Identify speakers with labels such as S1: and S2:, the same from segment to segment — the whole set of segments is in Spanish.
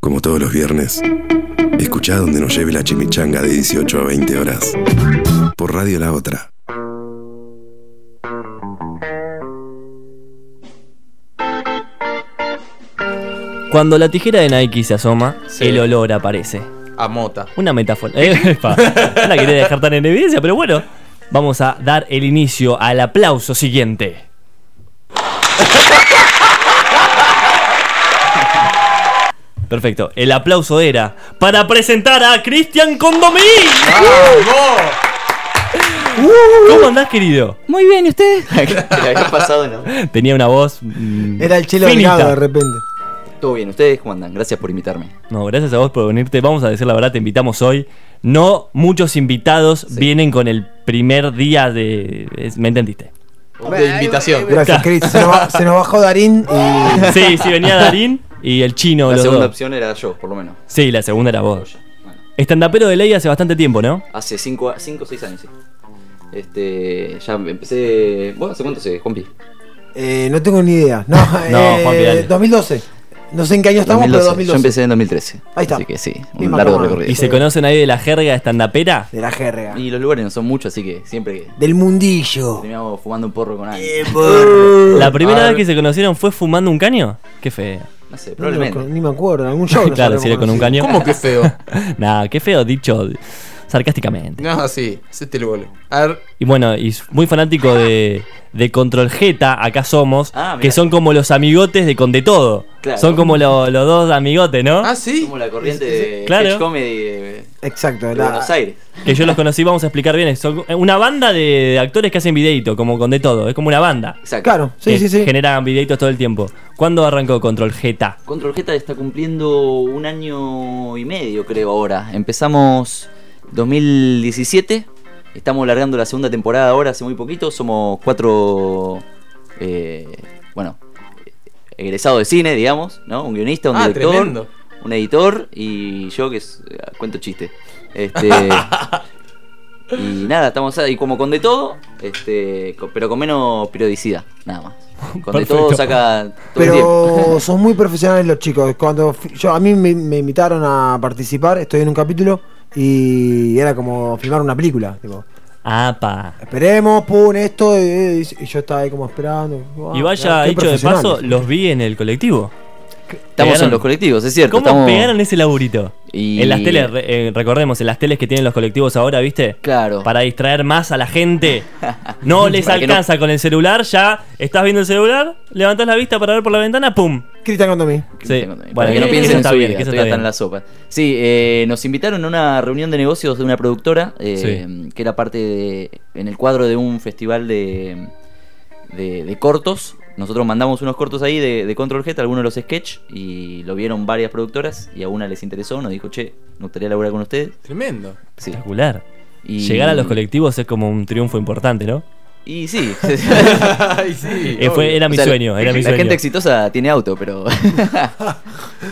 S1: Como todos los viernes, escuchá donde nos lleve la chimichanga de 18 a 20 horas. Por Radio La Otra.
S2: Cuando la tijera de Nike se asoma,
S3: Sí.
S2: el olor aparece.
S3: A mota.
S2: Una metáfora. Eh, epa, no la quería dejar tan en evidencia, pero bueno. Vamos a dar el inicio al aplauso siguiente. Perfecto. El aplauso era para presentar a Cristian Condomí.
S3: ¡Vamos!
S2: ¿Cómo andás, querido?
S4: Muy bien, ¿y usted?
S5: Le había pasado, ¿no?
S2: Tenía una voz. mm,
S4: Era el chelo
S2: finita.
S4: delgado de repente.
S5: Todo bien, ustedes cómo andan, gracias por invitarme.
S2: No, gracias a vos por venirte. Vamos a decir la verdad, te invitamos hoy. No muchos invitados vienen con el primer día de. es- ¿Me entendiste?
S3: De invitación.
S4: Gracias, Chris. Se nos, ba- se nos bajó Darín y.
S2: Sí, sí, venía Darín y el chino.
S5: La
S2: los
S5: segunda
S2: dos.
S5: opción era yo, por lo menos.
S2: Sí, la segunda era vos.
S5: Bueno,
S2: Estandapero de ley hace bastante tiempo, ¿no?
S5: hace 5 o 6 años, sí. Este, ya empecé... Bueno, ¿hace cuánto se, Juanpi?
S4: Eh, no tengo ni idea. No, eh,
S2: Juanpi, dale.
S4: 2012. No sé en qué año estamos, pero 2012.
S5: Yo empecé en 2013.
S4: Ahí está.
S5: Así que sí, un
S4: Misma
S5: largo
S4: cámara.
S5: recorrido.
S2: ¿Y se conocen ahí de la jerga estandapera?
S4: De la jerga.
S5: Y los lugares no son muchos, así que siempre
S4: Del mundillo.
S5: terminamos fumando un porro con alguien.
S4: Eh, por-
S2: ¿La primera
S3: Ah,
S2: vez que se conocieron fue fumando un caño? Qué feo.
S5: No sé,
S4: No me acu-
S5: probablemente.
S4: Ni me acuerdo, algún show. nos
S2: claro,
S4: habremos
S2: si era con un
S4: conocido.
S2: caño.
S3: ¿Cómo que feo?
S2: Nah, qué feo dicho sarcásticamente.
S3: No, sí, se te lo vuelvo. A ver,
S2: Y bueno, y muy fanático de, de Control Jeta, acá somos,
S5: Ah, mirá.
S2: que son como los amigotes de Conde Todo.
S5: Claro.
S2: Son como lo- los dos amigotes, ¿no?
S3: ah, sí.
S5: Como la corriente de
S2: Claro.
S5: sketch comedy de,
S4: Exacto,
S5: de
S4: la-
S5: Buenos Aires.
S2: Que yo los conocí, vamos a explicar bien. Son una banda de actores que hacen videito, como Conde Todo. Es como una banda.
S5: Exacto.
S4: Claro, sí,
S2: que
S4: sí, sí.
S2: Generan videitos todo el tiempo. ¿Cuándo arrancó Control Jeta?
S5: Control Jeta está cumpliendo un año y medio, creo, ahora. Empezamos 2017. Estamos largando la segunda temporada ahora, hace muy poquito. Somos cuatro, eh, bueno, egresados de cine, digamos, ¿no? Un guionista, un
S3: Ah,
S5: director,
S3: tremendo.
S5: un editor y yo que es, eh, cuento chiste. Este, y nada, estamos ahí como con de todo, este, co- pero con menos periodicidad, nada más. Con de todo
S2: Perfecto.
S5: saca todo el tiempo.
S4: Pero son muy profesionales los chicos. Cuando fui- yo a mí me, me invitaron a participar, estoy en un capítulo y era como filmar una película. tipo,
S2: Apa.
S4: esperemos, pum, esto. eh, eh, y yo estaba ahí como esperando.
S2: Y
S4: Wow,
S2: vaya,
S4: qué
S2: dicho de paso,
S4: profesionales.
S2: los vi en el colectivo.
S5: Estamos
S2: Pegaron.
S5: en los colectivos, es cierto.
S2: ¿Cómo
S5: estamos...
S2: pegaron ese laburito?
S5: Y-
S2: En las teles, re- eh, recordemos, en las teles que tienen los colectivos ahora, ¿viste?
S5: Claro.
S2: Para distraer más a la gente. No les
S5: Para que no-
S2: alcanza con el celular, ya estás viendo el celular, levantás la vista para ver por la ventana, ¡pum!
S4: Cristian Condomí.
S2: Sí,
S5: Para
S2: bueno,
S5: que no
S2: eso
S5: piensen en
S2: está
S5: su
S2: bien,
S5: vida,
S2: que eso está
S5: todavía están
S2: bien.
S5: en la sopa. Sí, eh, nos invitaron a una reunión de negocios de una productora eh, que era parte de, en el cuadro de un festival de, de, de cortos. Nosotros mandamos unos cortos ahí de, de Control Jet, algunos de los sketch, y lo vieron varias productoras y a una les interesó, nos dijo, che, me gustaría laburar con ustedes.
S3: Tremendo.
S5: Sí.
S2: Espectacular.
S5: Y-
S2: Llegar a los colectivos es como un triunfo importante, ¿no?
S5: Y sí.
S3: Ay, sí.
S2: Eh, fue-
S3: obvio.
S2: era mi
S5: O sea,
S2: sueño, era mi
S5: la
S2: sueño.
S5: gente exitosa tiene auto, pero. eh,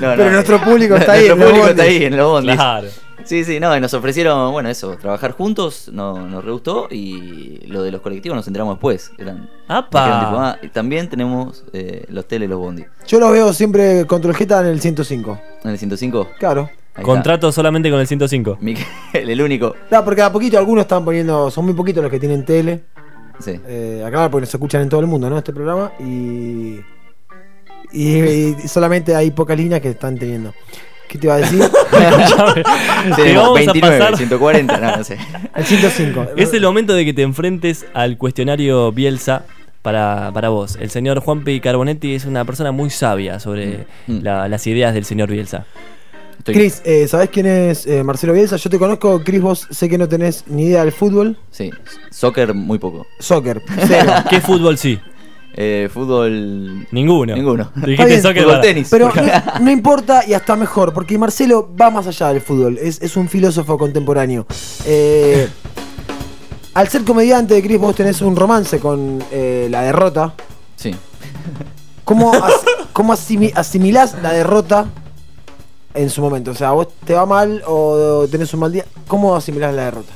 S4: Pero nuestro público está ahí, en
S5: Nuestro
S4: los
S5: público
S4: bondis.
S5: está ahí en los bondis.
S2: Claro.
S5: Sí, sí, no, y nos ofrecieron, bueno, eso, trabajar juntos, no, nos re gustó y lo de los colectivos nos enteramos después. Eran,
S2: ¡Apa!
S5: dijeron tipo, ah, y también tenemos eh, los teles, los bondis.
S4: Yo los veo siempre control Jeta en el 105.
S5: En el 105.
S4: Claro.
S5: ahí
S2: Contrato solamente con el 105.
S5: está. Miguel, el único.
S4: No, porque a poquito algunos están poniendo, son muy poquitos los que tienen tele.
S5: Sí.
S4: Eh, aclarar porque nos escuchan en todo el mundo, ¿no? Este programa. Y, y, y solamente hay pocas líneas que están teniendo. ¿Qué te iba a decir?
S2: Te vamos
S5: Tenemos
S2: a
S5: 29,
S2: pasar-
S5: 140, no, no sé.
S4: El 105.
S2: Es el momento de que te enfrentes al cuestionario Bielsa para, para vos. El señor Juanpi Carbonetti es una persona muy sabia sobre
S5: Mm.
S2: la- las ideas del señor Bielsa.
S5: Estoy-
S4: Cris, eh, ¿sabés quién es eh, Marcelo Bielsa? Yo te conozco, Cris, vos sé que no tenés ni idea del fútbol.
S5: Sí, soccer muy poco.
S4: Soccer, cero.
S2: ¿Qué fútbol sí?
S5: Eh, fútbol.
S2: Ninguno.
S5: Ninguno.
S2: Dijiste
S4: Está bien,
S2: soccer,
S5: fútbol,
S2: para.
S5: tenis.
S4: Pero no, no importa y hasta mejor, porque Marcelo va más allá del fútbol, es, es un filósofo contemporáneo. Eh, al ser comediante de Chris, vos tenés un romance con eh, la derrota.
S5: Sí.
S4: ¿Cómo, as- cómo asimi- asimilás la derrota en su momento? O sea, vos te va mal o tenés un mal día, ¿cómo asimilás la derrota?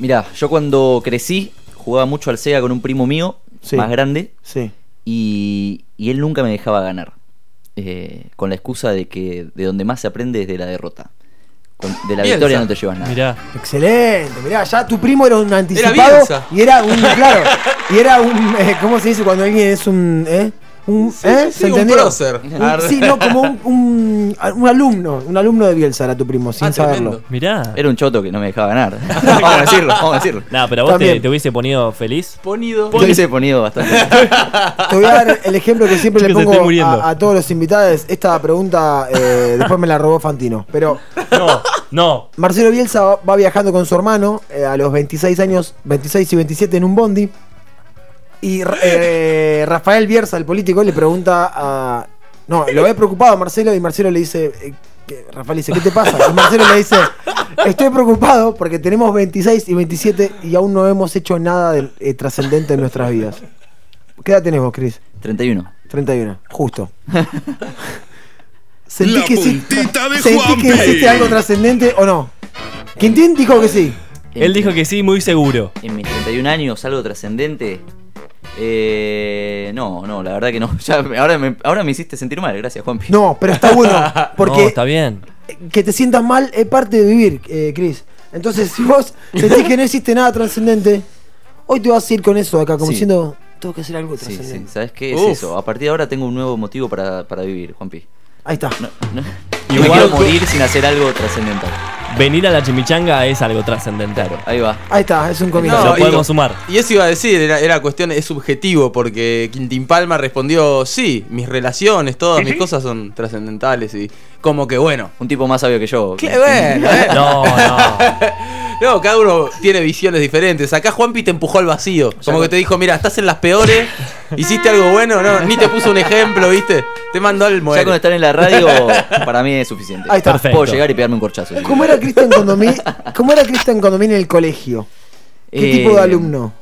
S5: Mirá, yo cuando crecí jugaba mucho al Sega con un primo mío,
S4: Sí.
S5: más grande,
S4: Sí.
S5: y, y él nunca me dejaba ganar. eh, con la excusa de que de donde más se aprende es de la derrota. Con- de la
S3: Bielsa.
S5: victoria no te llevas nada.
S2: Mirá.
S4: Excelente, mirá, ya tu primo era un
S3: Era
S4: anticipado
S3: Bielsa.
S4: y era un, claro, y era un, eh, ¿cómo se dice cuando alguien es un, eh? Un,
S3: Sí,
S4: ¿eh?
S3: sí,
S4: ¿Se
S3: un
S4: entendió?
S3: prócer.
S4: Un-
S3: Ar-
S4: sí, no, como un, un, un alumno, un alumno de Bielsa era tu primo, sin
S3: Ah,
S4: saberlo.
S3: tremendo.
S2: Mirá.
S5: Era un choto que no me dejaba ganar. vamos a decirlo, vamos a decirlo.
S2: Nah, pero a vos te,
S4: También.
S2: te hubiese ponido feliz.
S3: Ponido.
S5: Yo hubiese ponido bastante.
S4: Te voy a dar el ejemplo que siempre le
S2: Chicos,
S4: pongo
S2: estoy muriendo.
S4: a, a todos los invitados. Esta pregunta eh, después me la robó Fantino, pero
S2: No, no.
S4: Marcelo Bielsa va- va viajando con su hermano eh, a los 26 años, 26 y 27 en un bondi. Y eh, Rafael Bielsa, el político, le pregunta a... No, lo ve preocupado a Marcelo y Marcelo le dice... eh, que- Rafael dice, ¿qué te pasa? Y Marcelo le dice, estoy preocupado porque tenemos 26 y 27 y aún no hemos hecho nada de- eh, trascendente en nuestras vidas. ¿Qué edad tenés vos, Cris?
S5: 31.
S4: 31, justo. ¿Sentís
S1: La
S4: que, sí-
S1: puntita de
S4: sentís
S1: Juanpi.
S4: que hiciste algo trascendente o no? Quintín dijo que sí.
S2: Él dijo que sí, muy seguro.
S5: en mis 31 años algo trascendente? Eh, no, no, la verdad que no. Ya me- ahora, me, ahora me hiciste sentir mal, gracias, Juanpi.
S4: No, pero está bueno. Porque
S2: No, está bien.
S4: que te sientas mal es parte de vivir, eh, Chris. Entonces, si vos sentís que no hiciste nada trascendente, hoy te vas a ir con eso acá, como
S5: Sí.
S4: diciendo, tengo que hacer algo
S5: Sí, sí,
S4: trascendente.
S5: ¿sabes qué es
S3: Uf.
S5: eso? A partir de ahora tengo un nuevo motivo para, para vivir, Juanpi.
S4: Ahí está.
S5: No,
S2: Igual
S5: me quiero
S2: que-
S5: morir sin hacer algo trascendental.
S2: Venir a la chimichanga es algo trascendental.
S5: Claro, ahí va.
S4: Ahí está, es un comienzo.
S2: Lo
S3: y-
S2: podemos sumar.
S3: Y eso iba a decir, era, era cuestión, es subjetivo, porque Quintín Palma respondió, sí, mis relaciones, todas mis cosas son trascendentales y como que bueno.
S5: Un tipo más sabio que yo.
S3: Qué bueno, eh.
S2: No, no.
S3: No, cada uno tiene visiones diferentes. Acá Juanpi te empujó al vacío. Como que te dijo, mira, estás en las peores, hiciste algo bueno, no, ni te puso un ejemplo, ¿viste? Te mandó al
S5: Ya con
S3: muere.
S5: estar en la radio, para mí es suficiente.
S4: Ahí está.
S2: Perfecto.
S5: Puedo llegar y pegarme un corchazo.
S4: ¿Cómo era Cristian Condomí? ¿Cómo era Cristian Condomí en el colegio? ¿Qué
S5: Eh,
S4: tipo de alumno?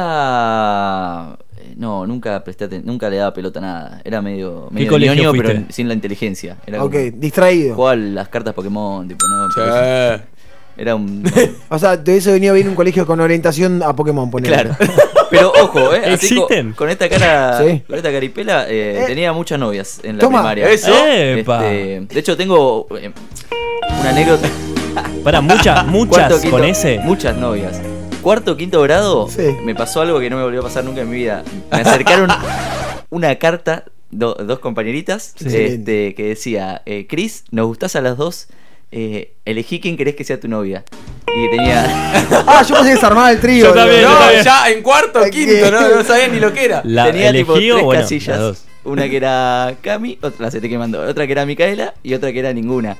S5: Era. eh, No, nunca presté aten- nunca le daba pelota a nada. Era medio, medio
S2: colegio
S5: ñoño,
S2: fuiste?
S5: pero sin la inteligencia. Era
S4: Ok,
S5: como-
S4: distraído.
S5: jugaba las cartas Pokémon, tipo, no. pero
S3: Che.
S5: Era un.
S4: O sea, te hubiese venido bien un colegio con orientación a Pokémon, ponele.
S5: Claro. Pero ojo, ¿eh? así co-
S2: ¿Existen?
S5: Con, esta cara.
S4: Sí.
S5: Con esta caripela, eh,
S4: Eh.
S5: tenía muchas novias en la
S4: Toma.
S5: primaria.
S3: Eso.
S2: Epa.
S5: Este, de hecho, tengo eh, una anécdota.
S2: Para muchas, muchas
S5: quinto-
S2: con ese.
S5: Muchas novias. Cuarto, quinto grado,
S4: Sí.
S5: me pasó algo que no me volvió a pasar nunca en mi vida. Me acercaron una carta, do- dos compañeritas, este, que decía, eh, Cris, nos gustás a las dos, eh, elegí quién querés que sea tu novia. Y tenía,
S4: Ah, yo pensé que se armaba el trío.
S2: Yo también, yo
S4: digo, no,
S3: No,
S2: también.
S3: ya en cuarto, quinto, no, no sabía ni lo que era.
S2: La
S5: tenía tipo
S2: elegí
S5: tres
S2: o bueno,
S5: casillas.
S2: las dos.
S5: Una que era Cami, otra la se te quemando, otra que era Micaela y otra que era ninguna.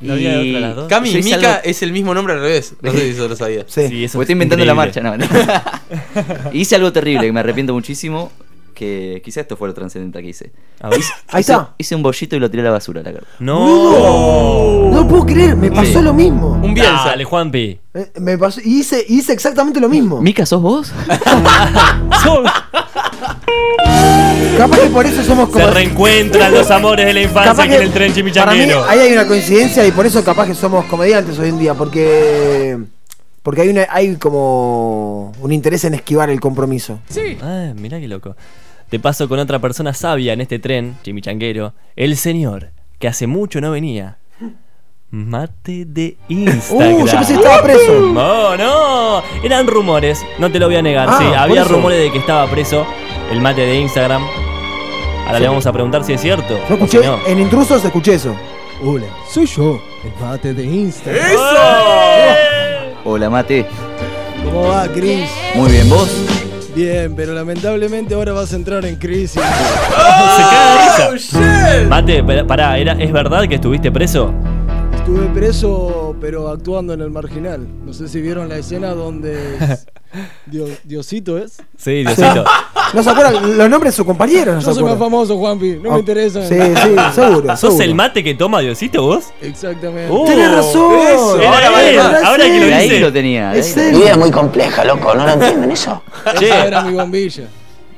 S2: ¿No había otra de las dos?
S3: Cami
S5: yo
S3: y
S5: hice
S3: Mika
S5: algo-
S3: es el mismo nombre al revés. No sé si eso lo sabía.
S2: Sí, eso
S4: Sí.
S5: Porque
S2: es
S5: estoy inventando la marcha,
S2: increíble.
S5: no. no. Hice algo terrible que me arrepiento muchísimo. Que quizás esto fue lo trascendental que hice.
S2: A ver.
S4: Ahí
S5: hice,
S4: está.
S5: Hice un bollito y lo tiré a la basura, la carta.
S4: Uh.
S2: No.
S4: No puedo creer, me pasó
S5: Sí.
S4: lo mismo.
S3: Un Bielsa.
S2: Dale, Juanpi.
S4: Eh, Me pasó, y hice, hice exactamente lo
S2: Oh.
S4: mismo.
S5: ¿Mica, sos vos?
S4: Capaz que por eso somos como.
S2: Se reencuentran los amores de la infancia
S4: capaz
S2: aquí en el tren
S4: para mí
S2: chimichanguero.
S4: ahí hay una coincidencia y por eso capaz que somos comediantes hoy en día, porque porque hay una hay como un interés en esquivar el compromiso.
S2: Ah, mirá qué loco. Te paso con otra persona sabia en este tren, chimichanguero. El señor, que hace mucho no venía. Mate de Instagram.
S4: Uh, yo pensé que estaba preso.
S2: No, no. Eran rumores, no te lo voy a negar.
S4: Ah,
S2: sí,
S4: por
S2: había
S4: eso.
S2: rumores de que estaba preso el mate de Instagram. Ahora le vamos a preguntar si es cierto.
S4: Yo
S2: o si
S4: escuché
S2: no.
S4: en intrusos escuché eso. Hola, soy yo, el mate de Instagram.
S2: ¡Oh!
S5: Hola, mate.
S6: ¿Cómo va, Chris?
S5: Muy bien, vos.
S6: Bien, pero lamentablemente ahora vas a entrar en crisis.
S2: Se caga
S4: Oh,
S2: de risa. Mate, pará, pará, era, ¿es verdad que estuviste preso?
S6: Estuve preso, pero actuando en el marginal. No sé si vieron la escena donde Dio- Diosito es.
S2: Sí,
S4: Ah,
S2: Diosito.
S4: No se acuerdan los nombres de sus compañeros, no se
S6: Yo soy más
S4: acuerdan.
S6: famoso, Juanpi. No
S4: Ah,
S6: me interesa.
S4: Sí, sí, seguro.
S2: ¿Sos
S4: seguro.
S2: el mate que toma Diosito vos?
S6: Exactamente.
S2: Uh,
S4: Tenés razón.
S3: eso,
S2: Era
S3: ahora
S2: él,
S3: vale más.
S2: ahora que lo
S5: De ahí
S2: dice.
S5: lo tenía. de
S4: Es
S5: ahí
S4: él.
S5: lo-
S7: vida es muy compleja, loco, ¿no lo entienden eso?
S6: Esa era mi bombilla.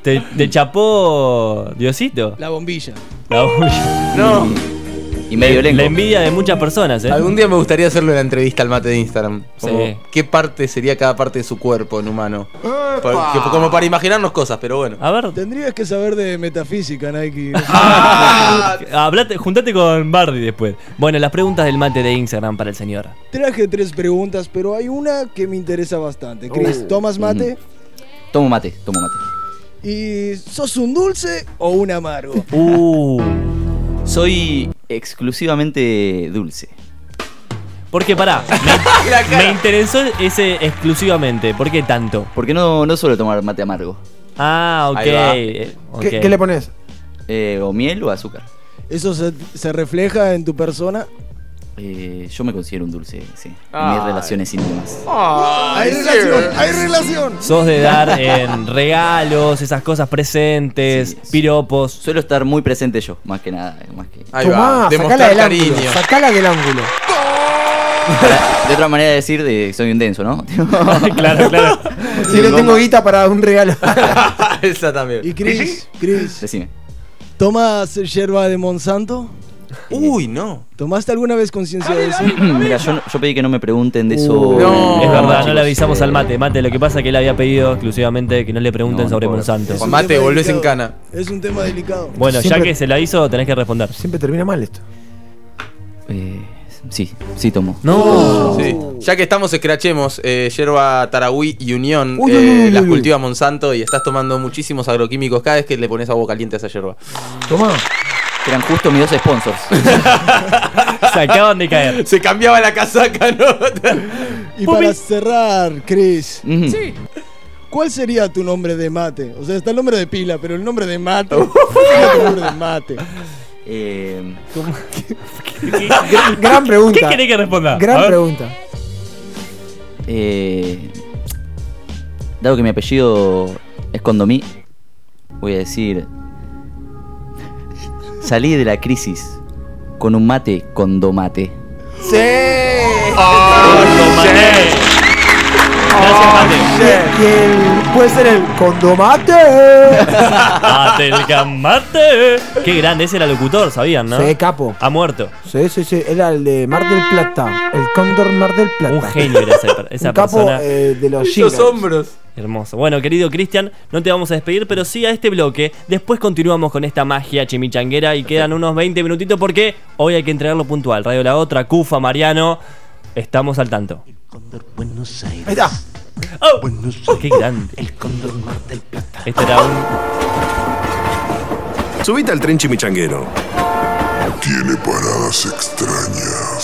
S2: Te, te chapó Diosito.
S6: La bombilla.
S2: La olla.
S3: No.
S5: y medio
S2: La
S5: elenco.
S2: envidia de muchas personas, ¿eh?
S3: Algún día me gustaría hacerle una entrevista al mate de Instagram. Como,
S2: Sí.
S3: ¿Qué parte sería cada parte de su cuerpo en humano? Pa- que- como para imaginarnos cosas, pero bueno.
S2: A ver,
S6: Tendrías que saber de metafísica, Nike.
S2: ah, hablate, juntate con Bardi después. Bueno, las preguntas del mate de Instagram para el señor.
S6: Traje tres preguntas, pero hay una que me interesa bastante. Chris,
S4: Oh.
S6: ¿tomas mate?
S5: Tomo mate, tomo mate.
S6: ¿Y sos un dulce o un amargo?
S2: Uh,
S5: Soy exclusivamente dulce.
S2: porque pará,
S3: La
S2: me, me
S3: cara.
S2: interesó ese exclusivamente. ¿Por qué tanto?
S5: Porque no, no suelo tomar mate amargo.
S2: Ah, ok.
S3: Ahí va.
S2: eh,
S4: ¿Qué,
S2: ok.
S4: qué le pones?
S5: Eh, o miel o azúcar.
S6: ¿Eso se, se refleja en tu persona?
S5: Eh, yo me considero un dulce, sí. En
S3: Ay.
S5: mis relaciones íntimas.
S4: Ah.
S6: Hay relación, hay relación.
S2: Sos de dar en regalos, esas cosas presentes,
S5: Sí, sí.
S2: piropos.
S5: Suelo estar muy presente yo, más que nada. eh, Más que...
S3: Ahí
S4: Tomá,
S3: va,
S4: sacala
S3: demostrar
S4: del
S3: cariño.
S4: ángulo. Sacala del ángulo.
S5: Para- de otra manera de decir, de, soy un denso, ¿no?
S2: claro, claro.
S4: Si no tengo guita para un regalo.
S3: Ah, Esa también.
S6: ¿Y Chris? Chris,
S5: Decime.
S6: ¿tomas yerba de Monsanto?
S3: Uy, no.
S6: ¿Tomaste alguna vez conciencia de eso?
S5: Mira, yo, yo pedí que no me pregunten de eso.
S3: Uh, no.
S2: Es verdad, no
S5: chicos,
S2: le avisamos
S5: eh,
S2: al mate. Mate, lo que pasa es que él había pedido exclusivamente que no le pregunten
S5: No,
S2: sobre
S5: pobre.
S2: Monsanto.
S6: Es
S3: Juan
S6: un
S3: Mate,
S6: tema
S3: volvés en
S6: delicado.
S3: cana.
S6: Es un tema delicado.
S2: Bueno, ya
S4: Siempre-
S2: que se la hizo, tenés que responder.
S4: Siempre termina mal esto.
S5: eh, sí, sí tomo.
S2: No.
S3: Sí. Ya que estamos, escrachemos. Eh, yerba Tarahui y Unión
S4: Uy, uy,
S3: eh,
S4: uy, uy,
S3: las
S4: uy.
S3: cultiva Monsanto y estás tomando muchísimos agroquímicos cada vez que le pones agua caliente a esa yerba.
S4: Tomá.
S5: Eran justo mis dos sponsors.
S2: Se acaban de caer.
S3: Se cambiaba la casaca, ¿no?
S6: Y para cerrar, Chris,
S5: Ujú.
S6: ¿cuál sería tu nombre de mate? O sea, está el nombre de pila, pero el nombre de mate. ¿Cuál sería tu nombre de mate?
S5: Eh,
S4: Gran
S2: ¿Qué
S4: pregunta.
S2: querés que responda? A
S4: Gran
S2: ver.
S4: pregunta.
S5: eh, dado que mi apellido es Condomí, voy a decir. Salí de la crisis con un mate condomate.
S2: Gracias, mate.
S4: Y el- puede ser el condomate.
S2: Mate, el mate. Qué grande, ese era locutor, sabían, ¿no?
S4: Se capo.
S2: Ha muerto.
S4: Sí, sí, sí. Era el de Mar del Plata. El cóndor Mar del Plata.
S2: Un genio era esa, per- esa
S4: Un capo
S2: persona.
S4: eh, de los
S3: Los
S4: chicos.
S3: hombros.
S2: Hermoso. Bueno, querido Cristian, no te vamos a despedir, pero sí a este bloque. Después continuamos con esta magia chimichanguera y quedan unos 20 minutitos porque hoy hay que entregarlo puntual. Radio La Otra, Cufa, Mariano. Estamos al tanto.
S4: Ahí está.
S2: ¡Oh! ¡Qué grande! El Este era un.
S1: Subite al tren chimichanguero.
S8: Tiene paradas extrañas.